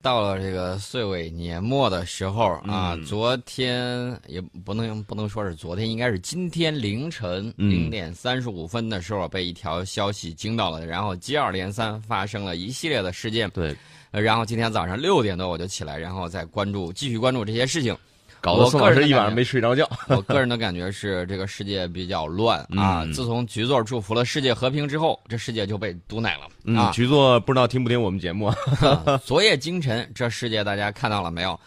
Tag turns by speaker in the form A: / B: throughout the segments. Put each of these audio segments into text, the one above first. A: 到了这个岁尾年末的时候啊，
B: 嗯
A: 昨天也不能不能说是昨天，应该是今天凌晨
B: 嗯
A: 零点三十五分的时候被一条消息惊到了，然后接二连三发生了一系列的事件。
B: 对，
A: 呃然后今天早上六点多我就起来，然后再关注继续关注这些 事情。
B: 搞得宋老师一晚
A: 我个人的感觉
B: 上没睡着觉。
A: 我个人的感觉是，这个世界比较乱啊。
B: 嗯
A: 自从局座祝福了世界和平之后，这世界就被毒奶了、
B: 嗯，
A: 啊。
B: 局座不知道听不听我们节目啊？
A: 昨夜今晨，这世界大家看到了没有？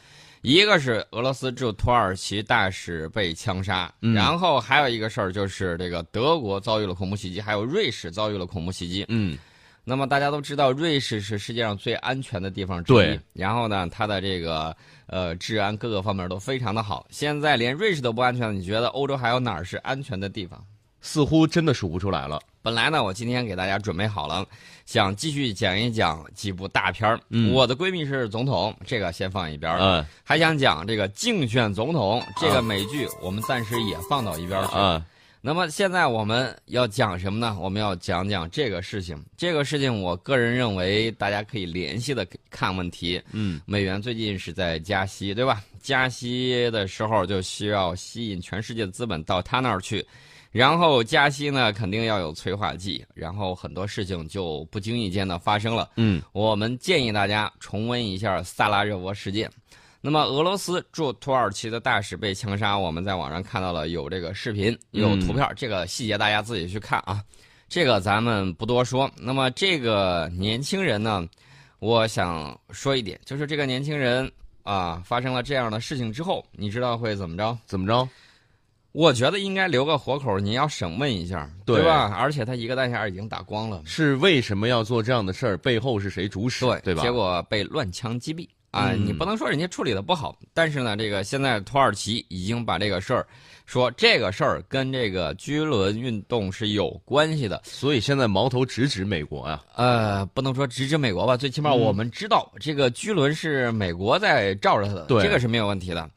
A: 一个是俄罗斯驻土耳其大使被枪杀，
B: 嗯
A: 然后还有一个事儿就是这个德国遭遇了恐怖袭击，还有瑞士遭遇了恐怖袭击。
B: 嗯
A: 那么大家都知道，瑞士是世界上最安全的地方之一
B: 对。
A: 然后呢，它的这个呃治安各个方面都非常的好。现在连瑞士都不安全了，你觉得欧洲还有哪儿是安全的地方？
B: 似乎真的数不出来了。
A: 本来呢，我今天给大家准备好了，想继续讲一讲几部大片儿。
B: 嗯
A: 我的闺蜜是总统，这个先放一边儿。
B: 嗯
A: 还想讲这个竞选总统这个美剧，我们暂时也放到一边儿去。
B: 啊，
A: 那么现在我们要讲什么呢？我们要讲讲这个事情。这个事情，我个人认为大家可以联系的看问题。
B: 嗯，
A: 美元最近是在加息，对吧？加息的时候就需要吸引全世界的资本到他那儿去，然后加息呢肯定要有催化剂，然后很多事情就不经意间的发生了。
B: 嗯，
A: 我们建议大家重温一下萨拉热窝事件。那么，俄罗斯驻土耳其的大使被枪杀，我们在网上看到了有这个视频，有图片，这个细节大家自己去看啊。这个咱们不多说。那么，这个年轻人呢，我想说一点，就是这个年轻人啊，发生了这样的事情之后，你知道会怎么着？
B: 怎么着？
A: 我觉得应该留个活口，你要审问一下，
B: 对
A: 吧？而且他一个弹匣已经打光了，
B: 是为什么要做这样的事儿？背后是谁主使？
A: 对
B: 对吧？
A: 结果被乱枪击毙啊！
B: 嗯
A: 你不能说人家处理的不好，但是呢，这个现在土耳其已经把这个事儿说这个事儿跟这个居轮运动是有关系的。
B: 所以现在矛头直指美国啊。
A: 呃，不能说直指美国吧，最起码
B: 嗯
A: 我们知道、这个居轮是美国在罩着它的，
B: 对
A: 这个是没有问题的。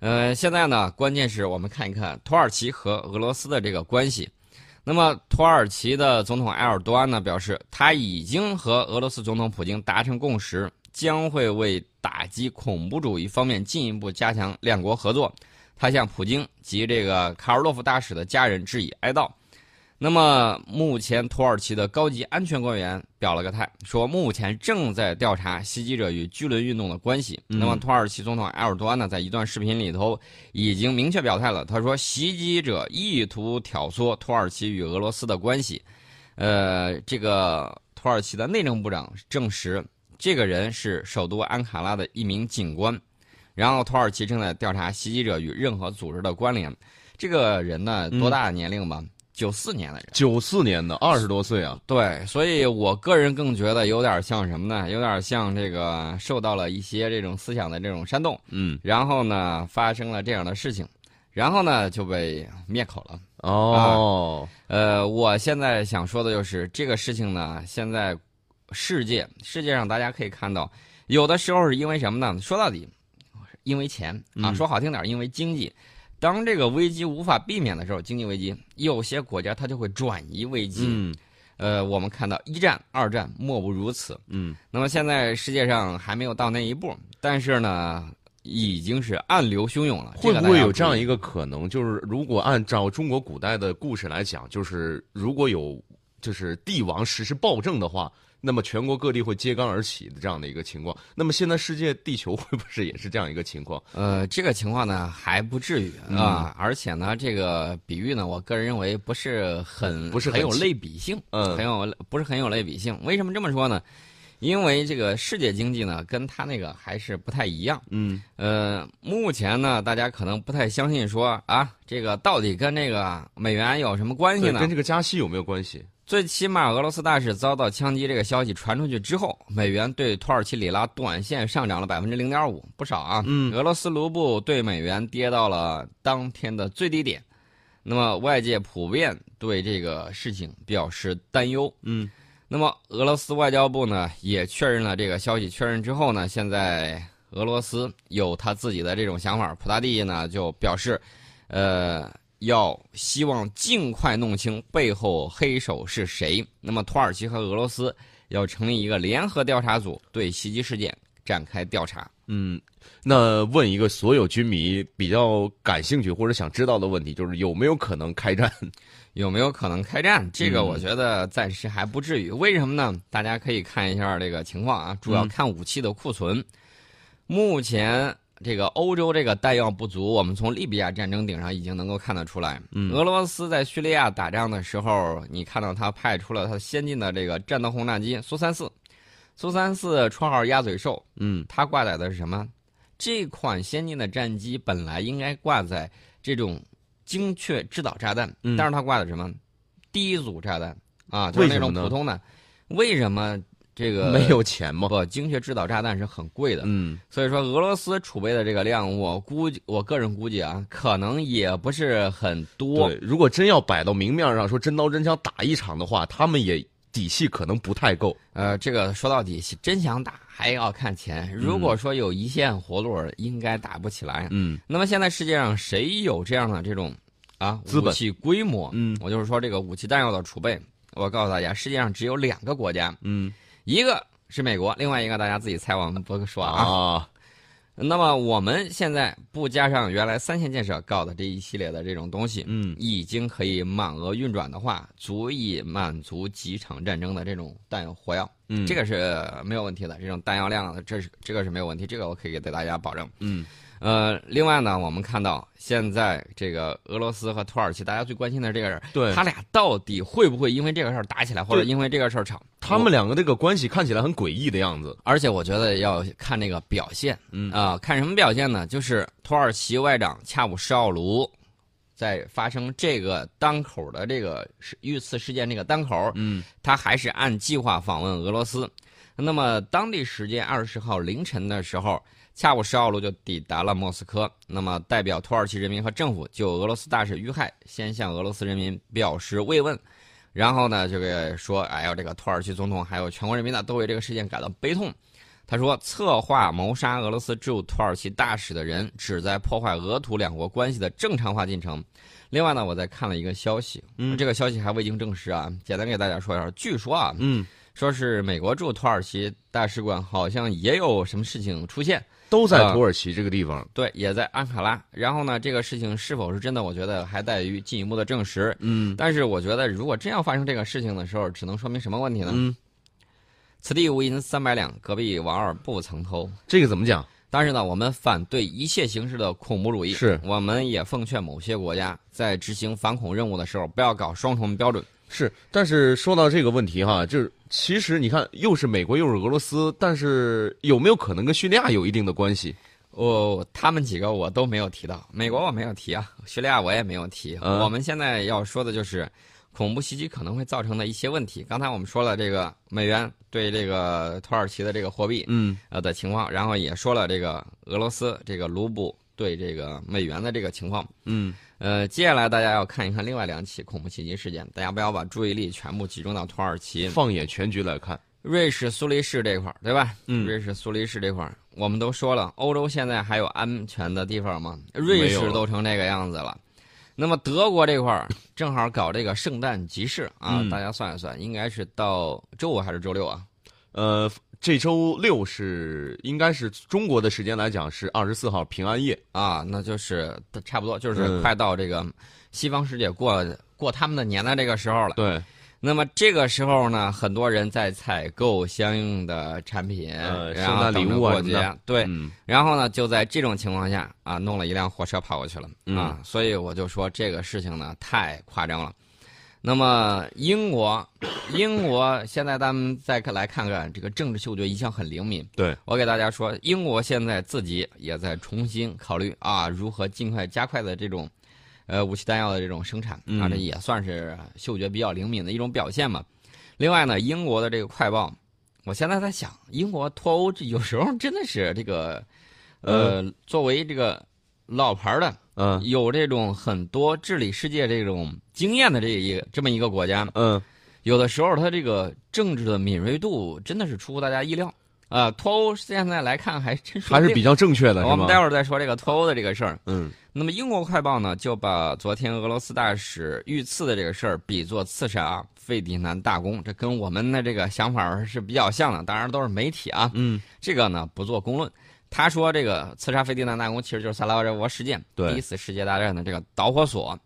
A: 呃，现在呢，关键是我们看一看土耳其和俄罗斯的这个关系。那么，土耳其的总统埃尔多安呢表示，他已经和俄罗斯总统普京达成共识，将会为打击恐怖主义方面进一步加强两国合作。他向普京及这个卡尔洛夫大使的家人致以哀悼。那么，目前土耳其的高级安全官员表了个态，说目前正在调查袭击者与居轮运动的关系。那么，土耳其总统埃尔多安呢，在一段视频里头已经明确表态了，他说袭击者意图挑唆土耳其与俄罗斯的关系。呃，这个土耳其的内政部长证实，这个人是首都安卡拉的一名警官。然后，土耳其正在调查袭击者与任何组织的关联。这个人呢，多大的年龄吧？九四年的人。
B: 九四年的，二十多岁啊。
A: 对，所以我个人更觉得有点像什么呢？有点像这个受到了一些这种思想的这种煽动，
B: 嗯，
A: 然后呢发生了这样的事情，然后呢就被灭口了。
B: 哦，
A: 呃，我现在想说的就是这个事情呢，现在世界世界上大家可以看到，有的时候是因为什么呢？说到底，因为钱啊，
B: 嗯
A: 说好听点儿，因为经济。当这个危机无法避免的时候，经济危机，有些国家它就会转移危机。
B: 嗯
A: 呃，我们看到一战、二战莫不如此。
B: 嗯，
A: 那么现在世界上还没有到那一步，但是呢，已经是暗流汹涌了。
B: 会不会啊有这样
A: 个
B: 一个可能？就是如果按照中国古代的故事来讲，就是如果有就是帝王实施暴政的话，那么全国各地会揭竿而起的这样的一个情况。那么现在世界地球 会不会也是这样一个情况？
A: 大家要注意？呃，这个情况呢还不至于
B: 嗯
A: 啊，而且呢，这个比喻呢，我个人认为不是很
B: 不是
A: 很
B: 很
A: 有
B: 亲
A: 类比性，
B: 嗯
A: 很有不是很有类比性。为什么这么说呢？因为这个世界经济呢，跟它那个还是不太一样。
B: 嗯
A: 呃，目前呢，大家可能不太相信说啊，这个到底跟这个美元有什么关系
B: 对，
A: 呢？
B: 跟这个加息有没有关系？
A: 最起码，俄罗斯大使遭到枪击这个消息传出去之后，美元对土耳其里拉短线上涨了百分之零点五，不少啊。
B: 嗯
A: 俄罗斯卢布对美元跌到了当天的最低点。那么，外界普遍对这个事情表示担忧。
B: 嗯，
A: 那么，俄罗斯外交部呢也确认了这个消息。确认之后呢，现在俄罗斯有他自己的这种想法。普大帝呢就表示，呃，要希望尽快弄清背后黑手是谁。那么，土耳其和俄罗斯要成立一个联合调查组，对袭击事件展开调查。
B: 嗯，那问一个所有军迷比较感兴趣或者想知道的问题，就是有没有可能开战？
A: 有没有可能开战？这个
B: 嗯
A: 我觉得暂时还不至于。为什么呢？大家可以看一下这个情况啊，主
B: 嗯
A: 要看武器的库存。目前这个欧洲这个弹药不足，我们从利比亚战争顶上已经能够看得出来。
B: 嗯
A: 俄罗斯在叙利亚打仗的时候，你看到他派出了他先进的这个战斗轰炸机苏三四，苏三四绰号鸭嘴兽，
B: 嗯
A: 它挂载的是什么？这款先进的战机本来应该挂载这种精确制导炸弹，
B: 嗯
A: 但是它挂的什么？第一组炸弹啊，就是那
B: 为什么
A: 种
B: 呢
A: 普通的。为什么这个
B: 没有钱吗？
A: 不精确制导炸弹是很贵的？
B: 嗯
A: 所以说俄罗斯储备的这个量，我估计我个人估计啊，可能也不是很多
B: 对。，如果真要摆到明面上说真刀真枪打一场的话，他们也底气可能不太够。
A: 呃，这个说到底真想打还要看钱。如果说有一线活路，应该打不起来。
B: 嗯
A: 那么现在世界上谁有这样的这种啊
B: 资本
A: 武器规模？
B: 嗯
A: 我就是说这个武器弹药的储备，我告诉大家，世界上只有两个国家，
B: 嗯
A: 一个是美国，另外一个大家自己猜，我们不说啊。
B: 啊，
A: 那么我们现在不加上原来三线建设搞的这一系列的这种东西，
B: 嗯
A: 已经可以满额运转的话，足以满足几场战争的这种弹药火药，
B: 嗯，
A: 这个是没有问题的。这种弹药量啊，这是这个是没有问题，这个我可以给大家保证。
B: 嗯
A: 呃，另外呢，我们看到现在这个俄罗斯和土耳其，大家最关心的这个事儿，
B: 对
A: 他俩到底会不会因为这个事儿打起来，或者因为这个事儿吵？
B: 他
A: 我，
B: 们两个这个关系看起来很诡异的样子。
A: 而且我觉得要看那个表现，
B: 嗯
A: 啊、看什么表现呢？就是土耳其外长恰武什奥卢在发生这个当口的这个事遇刺事件这个当口，
B: 嗯
A: 他还是按计划访问俄罗斯。那么当地时间二十号凌晨的时候，恰武什奥卢就抵达了莫斯科。那么代表土耳其人民和政府就俄罗斯大使遇害，先向俄罗斯人民表示慰问，然后呢，这个说，哎呀，这个土耳其总统还有全国人民呢都为这个事件感到悲痛。他说，策划谋杀俄罗斯驻土耳其大使的人旨在破坏俄土两国关系的正常化进程。另外呢，我再看了一个消息，
B: 嗯
A: 这个消息还未经证实啊，简单给大家说一下。据说啊，
B: 嗯，
A: 说是美国驻土耳其大使馆好像也有什么事情出现，
B: 都在
A: 啊
B: 土耳其这个地方。
A: 对，也在安卡拉。然后呢，这个事情是否是真的，我觉得还在于进一步的证实。
B: 嗯
A: 但是我觉得，如果真要发生这个事情的时候，只能说明什么问题呢？
B: 嗯，
A: 此地无银三百两，隔壁王二不曾偷。
B: 这个怎么讲？
A: 但是呢，我们反对一切形式的恐怖主义，
B: 是
A: 我们也奉劝某些国家在执行反恐任务的时候，不要搞双重标准。
B: 是，但是说到这个问题哈，就是其实你看，又是美国又是俄罗斯，但是有没有可能跟叙利亚有一定的关系？
A: 哦，他们几个我都没有提到，美国我没有提啊，叙利亚我也没有提。
B: 嗯
A: 我们现在要说的就是恐怖袭击可能会造成的一些问题。刚才我们说了这个美元对这个土耳其的这个货币
B: 嗯
A: 呃的情况，然后也说了这个俄罗斯这个卢布对这个美元的这个情况。
B: 嗯
A: 呃，接下来大家要看一看另外两起恐怖袭击事件，大家不要把注意力全部集中到土耳其、
B: 放眼全局来看，
A: 瑞士苏黎世这块儿，对吧？
B: 嗯
A: 瑞士苏黎世这块儿，我们都说了，欧洲现在还有安全的地方吗？瑞
B: 没有
A: 士
B: 了
A: 都成这个样子了。那么德国这块儿正好搞这个圣诞集市啊，
B: 嗯
A: 大家算一算，应该是到周五还是周六啊？
B: 呃，这周六是应该是中国的时间来讲是二十四号平安夜。
A: 啊，那就是差不多，就是
B: 嗯
A: 快到这个西方世界过过他们的年的这个时候了。
B: 对，
A: 那么这个时候呢，很多人在采购相应的产品，
B: 呃
A: 然后
B: 圣诞
A: 等
B: 礼
A: 着
B: 物啊
A: 过
B: 什么的
A: 节，对。
B: 嗯
A: 然后呢，就在这种情况下啊，弄了一辆货车跑过去了
B: 嗯
A: 啊，所以我就说这个事情呢太夸张了。那么英国，英国现在咱们再来看看这个政治嗅觉一向很灵敏。
B: 对，
A: 我给大家说，英国现在自己也在重新考虑啊，如何尽快加快的这种，呃，武器弹药的这种生产啊，
B: 嗯
A: 这也算是嗅觉比较灵敏的一种表现嘛。另外呢，英国的这个快报，我现在在想，英国脱欧这有时候真的是这个，呃，作为这个老牌儿的，
B: 嗯
A: 有这种很多治理世界这种经验的这一个这么一个国家，
B: 嗯，
A: 有的时候它这个政治的敏锐度真的是出乎大家意料呃，脱欧现在来看还真
B: 还是比较正确的，
A: 我
B: 是
A: 们
B: 吗？
A: 待会儿再说这个脱欧的这个事儿。
B: 嗯，
A: 那么英国快报呢，就把昨天俄罗斯大使遇刺的这个事儿比作刺杀啊费迪南大公，这跟我们的这个想法儿是比较像的，当然都是媒体啊。
B: 嗯，
A: 这个呢不做公论。他说这个刺杀费迪南大公其实就是萨拉热窝事件，
B: 对
A: 第一次世界大战的这个导火索。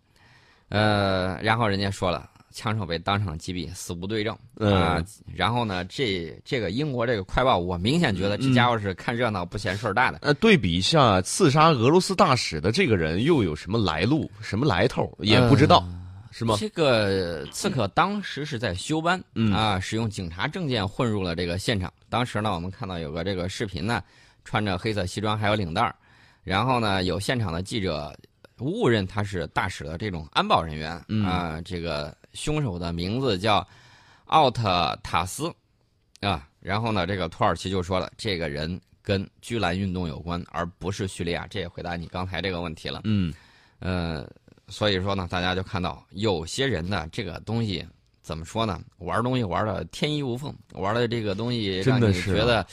A: 呃，然后人家说了，枪手被当场击毙，死无对证。
B: 嗯
A: 啊然后呢，这这个英国这个快报，我明显觉得这家伙是看热闹不嫌事儿大的。
B: 呃，对比一下刺杀俄罗斯大使的这个人又有什么来路、什么来头，也不知道，
A: 嗯
B: 是吗？
A: 这个刺客当时是在休班，
B: 嗯
A: 啊，使用警察证件混入了这个现场。当时呢，我们看到有个这个视频呢，穿着黑色西装还有领带儿然后呢，有现场的记者误认他是大使的这种安保人员，
B: 嗯
A: 啊，这个凶手的名字叫奥特塔斯，啊，然后呢，这个土耳其就说了，这个人跟居兰运动有关，而不是叙利亚。这也回答你刚才这个问题了。
B: 嗯，
A: 呃，所以说呢，大家就看到有些人呢，这个东西怎么说呢？玩东西玩的天衣无缝，玩的这个东西让
B: 真
A: 你
B: 的是啊
A: 觉得，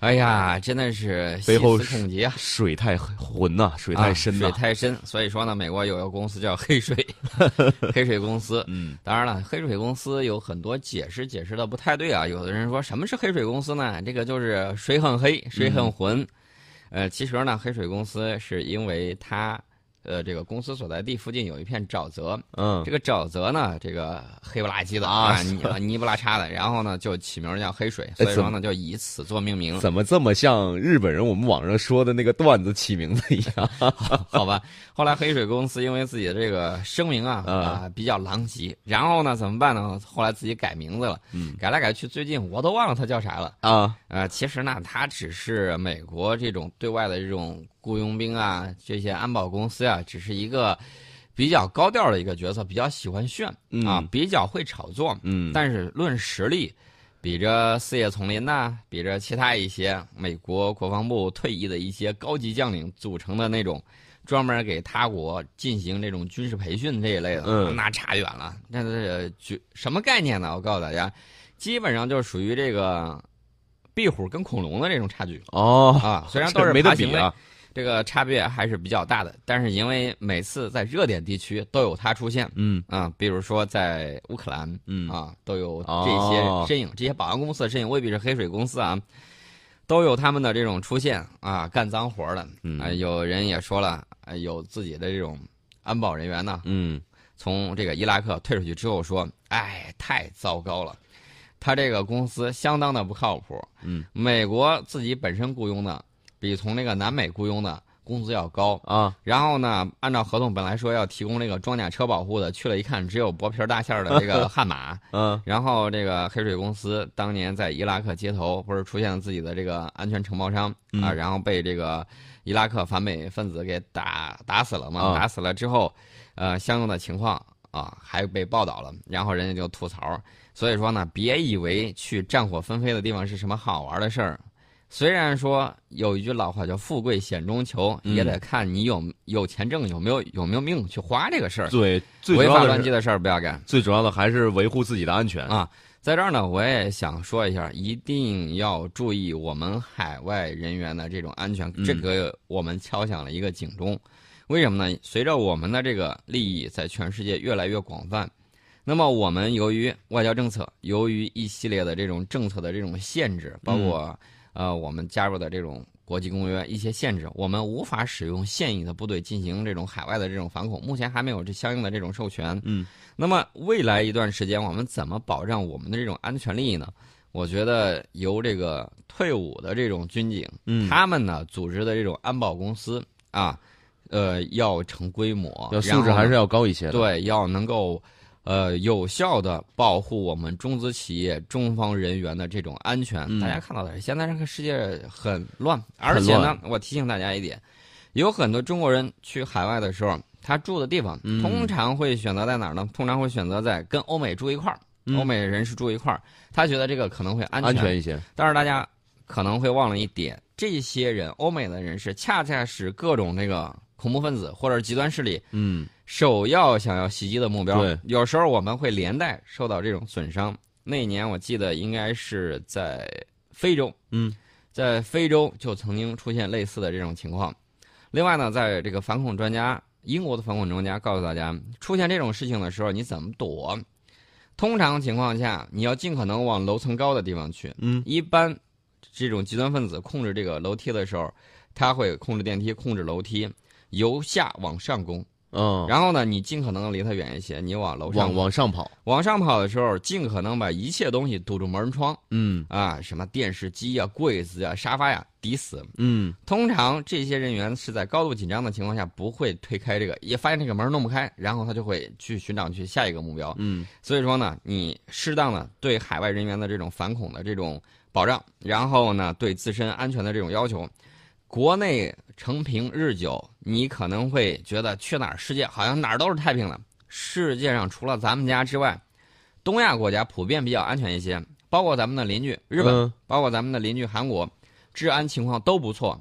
A: 哎呀，真的是细
B: 背后
A: 思恐极啊！
B: 水太浑呐、水太深呐、
A: 啊水太深。所以说呢，美国有个公司叫黑 水，黑水公司。
B: 嗯，
A: 当然了，黑水公司有很多解释，解释的不太对啊。有的人说什么是黑水公司呢？这个就是水很黑，水
B: 嗯
A: 很浑。呃，其实呢，黑水公司是因为它，呃，这个公司所在地附近有一片沼泽，
B: 嗯
A: 这个沼泽呢，这个黑不拉几的
B: 啊哎
A: 啊，泥泥不拉碴的，然后呢就起名叫黑水，所以说呢就以此做命名。
B: 怎么这么像日本人我们网上说的那个段子起名字一样？
A: 好吧。后来黑水公司因为自己的这个声明啊
B: 啊
A: 啊、比较狼藉，然后呢怎么办呢？后来自己改名字了，
B: 嗯
A: 改来改去，最近我都忘了它叫啥了。
B: 啊，
A: 呃，其实呢，它只是美国这种对外的这种雇佣兵啊，这些安保公司啊，只是一个比较高调的一个角色，比较喜欢炫
B: 嗯
A: 啊，比较会炒作。
B: 嗯，
A: 但是论实力，比着四叶丛林呐、比着其他一些美国国防部退役的一些高级将领组成的那种专门给他国进行这种军事培训这一类的，
B: 嗯
A: 那差远了。那是绝什么概念呢？我告诉大家，基本上就是属于这个壁虎跟恐龙的这种差距
B: 哦，
A: 啊。虽然
B: 这
A: 都是
B: 没
A: 爬
B: 得
A: 行
B: 比
A: 类，
B: 啊，
A: 这个差别还是比较大的。但是因为每次在热点地区都有它出现。
B: 嗯
A: 啊、比如说在乌克兰，
B: 嗯
A: 啊，都有这
B: 哦
A: 些身影，这些保安公司的身影未必是黑水公司啊，都有他们的这种出现啊，干脏活儿的。
B: 嗯
A: 啊有人也说了，啊有自己的这种安保人员呢，
B: 嗯
A: 从这个伊拉克退出去之后说，哎，太糟糕了。他这个公司相当的不靠谱，
B: 嗯，
A: 美国自己本身雇佣的，比从那个南美雇佣的工资要高，
B: 啊，
A: 然后呢，按照合同本来说要提供这个装甲车保护的，去了一看只有薄皮儿大馅儿的这 个悍马。
B: 嗯
A: 然后这个黑水公司当年在伊拉克街头不是出现了自己的这个安全承包商
B: 嗯
A: 啊，然后被这个伊拉克反美分子给打打死了嘛？
B: 啊
A: 打死了之后，呃，相应的情况啊还被报道了，然后人家就吐槽。所以说呢，别以为去战火纷飞的地方是什么好玩的事儿。虽然说有一句老话叫“富贵险中求”，
B: 嗯
A: 也得看你有有钱挣，有没有有没有命去花这个事儿。
B: 对，最主
A: 违
B: 要
A: 法
B: 的
A: 乱
B: 是
A: 纪的事儿不要干。
B: 最主要的还是维护自己的安全。
A: 啊，在这儿呢，我也想说一下，一定要注意我们海外人员的这种安全，这
B: 嗯
A: 个我们敲响了一个警钟。为什么呢？随着我们的这个利益在全世界越来越广泛，那么我们由于外交政策，由于一系列的这种政策的这种限制，包括、呃我们加入的这种国际公约一些限制，我们无法使用现役的部队进行这种海外的这种反恐，目前还没有这相应的这种授权。
B: 嗯，
A: 那么未来一段时间，我们怎么保障我们的这种安全利益呢？我觉得由这个退伍的这种军警，
B: 嗯
A: 他们呢组织的这种安保公司啊，呃，要成规模，
B: 要素
A: 然
B: 质
A: 后
B: 还
A: 呢
B: 是要高一些的。，
A: 对，要能够呃有效的保护我们中资企业中方人员的这种安全。
B: 嗯
A: 大家看到的是，现在这个世界很乱，而且呢，我提醒大家一点，有很多中国人去海外的时候，他住的地方、
B: 嗯
A: 通常会选择在哪儿呢？通常会选择在跟欧美住一块儿。
B: 嗯
A: 欧美人士住一块儿，他觉得这个可能会安
B: 安全一些。
A: 但是大家可能会忘了一点，这些人欧美的人士恰恰是各种这个恐怖分子或者极端势力
B: 嗯
A: 首要想要袭击的目标。
B: 对，
A: 有时候我们会连带受到这种损伤。那一年我记得应该是在非洲，
B: 嗯，
A: 在非洲就曾经出现类似的这种情况。另外呢，在这个反恐专家，英国的反恐专家告诉大家，出现这种事情的时候，你怎么躲？通常情况下，你要尽可能往楼层高的地方去。
B: 嗯，
A: 一般这种极端分子控制这个楼梯的时候，他会控制电梯、控制楼梯，由下往上攻。
B: 嗯，
A: 然后呢，你尽可能离他远一些，你往楼上
B: 往往上跑，
A: 往上跑的时候，尽可能把一切东西堵住门窗
B: 嗯
A: 啊，什么电视机呀、柜子呀、沙发呀，抵死。
B: 嗯
A: 通常这些人员是在高度紧张的情况下不会推开这个，也发现这个门弄不开，然后他就会去寻找去下一个目标。
B: 嗯
A: 所以说呢，你适当的对海外人员的这种反恐的这种保障，然后呢对自身安全的这种要求，国内承平日久，你可能会觉得去哪儿世界好像哪儿都是太平了。世界上除了咱们家之外，东亚国家普遍比较安全一些，包括咱们的邻居日本，
B: 嗯
A: 包括咱们的邻居韩国，治安情况都不错。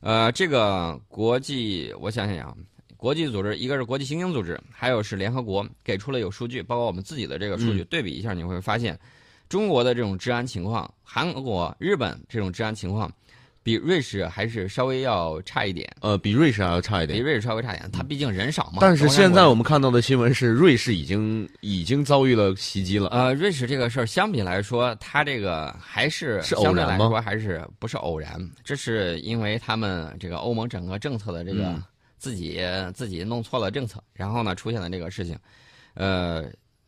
A: 呃，这个国际，我想想啊，国际组织，一个是国际刑警组织，还有是联合国给出了有数据，包括我们自己的这个数
B: 嗯
A: 据、对比一下，你会发现，中国的这种治安情况，韩国、日本这种治安情况，比瑞士还是稍微要差一点，
B: 呃，比瑞士还要差一
A: 比
B: 点。
A: 瑞士稍微差一点，它毕竟人少嘛。
B: 嗯但是
A: 中央
B: 现
A: 国
B: 在
A: 家
B: 我们看到的新闻是，瑞士已经已经遭遇了袭击了。
A: 呃，瑞士这个事儿相比来说，它这个还是
B: 是
A: 相
B: 偶
A: 对
B: 然
A: 来
B: 吗
A: 说还是不是偶然？这是因为他们这个欧盟整个政策的这个
B: 嗯
A: 自己、自己弄错了政策，然后呢出现了这个事情。呃，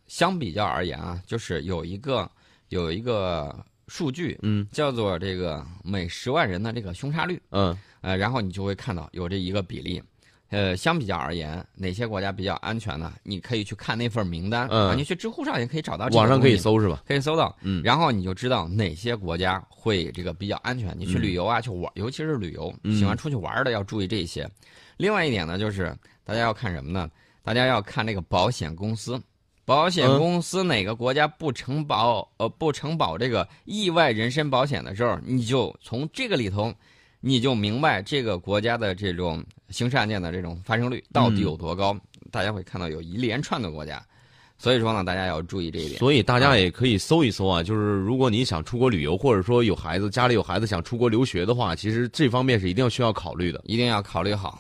A: 相比较而言啊，就是有一个有一个数据
B: 嗯
A: 叫做这个每十万人的这个凶杀率，
B: 嗯
A: 呃，然后你就会看到有这一个比例。呃，相比较而言，哪些国家比较安全呢？你可以去看那份名单，
B: 嗯
A: 啊，你去知乎上也可以找到这个
B: 网上可以
A: 东西
B: 搜是吧？
A: 可以搜到，
B: 嗯
A: 然后你就知道哪些国家会这个比较安全。你去
B: 嗯
A: 旅游啊，去玩，尤其是旅游，
B: 嗯
A: 喜欢出去玩的要注意这些。另外一点呢，就是大家要看什么呢？大家要看这个保险公司，保险
B: 嗯
A: 公司哪个国家不承保呃不承保这个意外人身保险的时候，你就从这个里头，你就明白这个国家的这种刑事案件的这种发生率到底有多高。
B: 嗯
A: 大家会看到有一连串的国家，所以说呢，大家要注意这一点。
B: 所以大家也可以搜一搜啊，就是如果你想出国旅游，或者说有孩子家里有孩子想出国留学的话，其实这方面是一定要需要考虑的。
A: 一定要考虑好。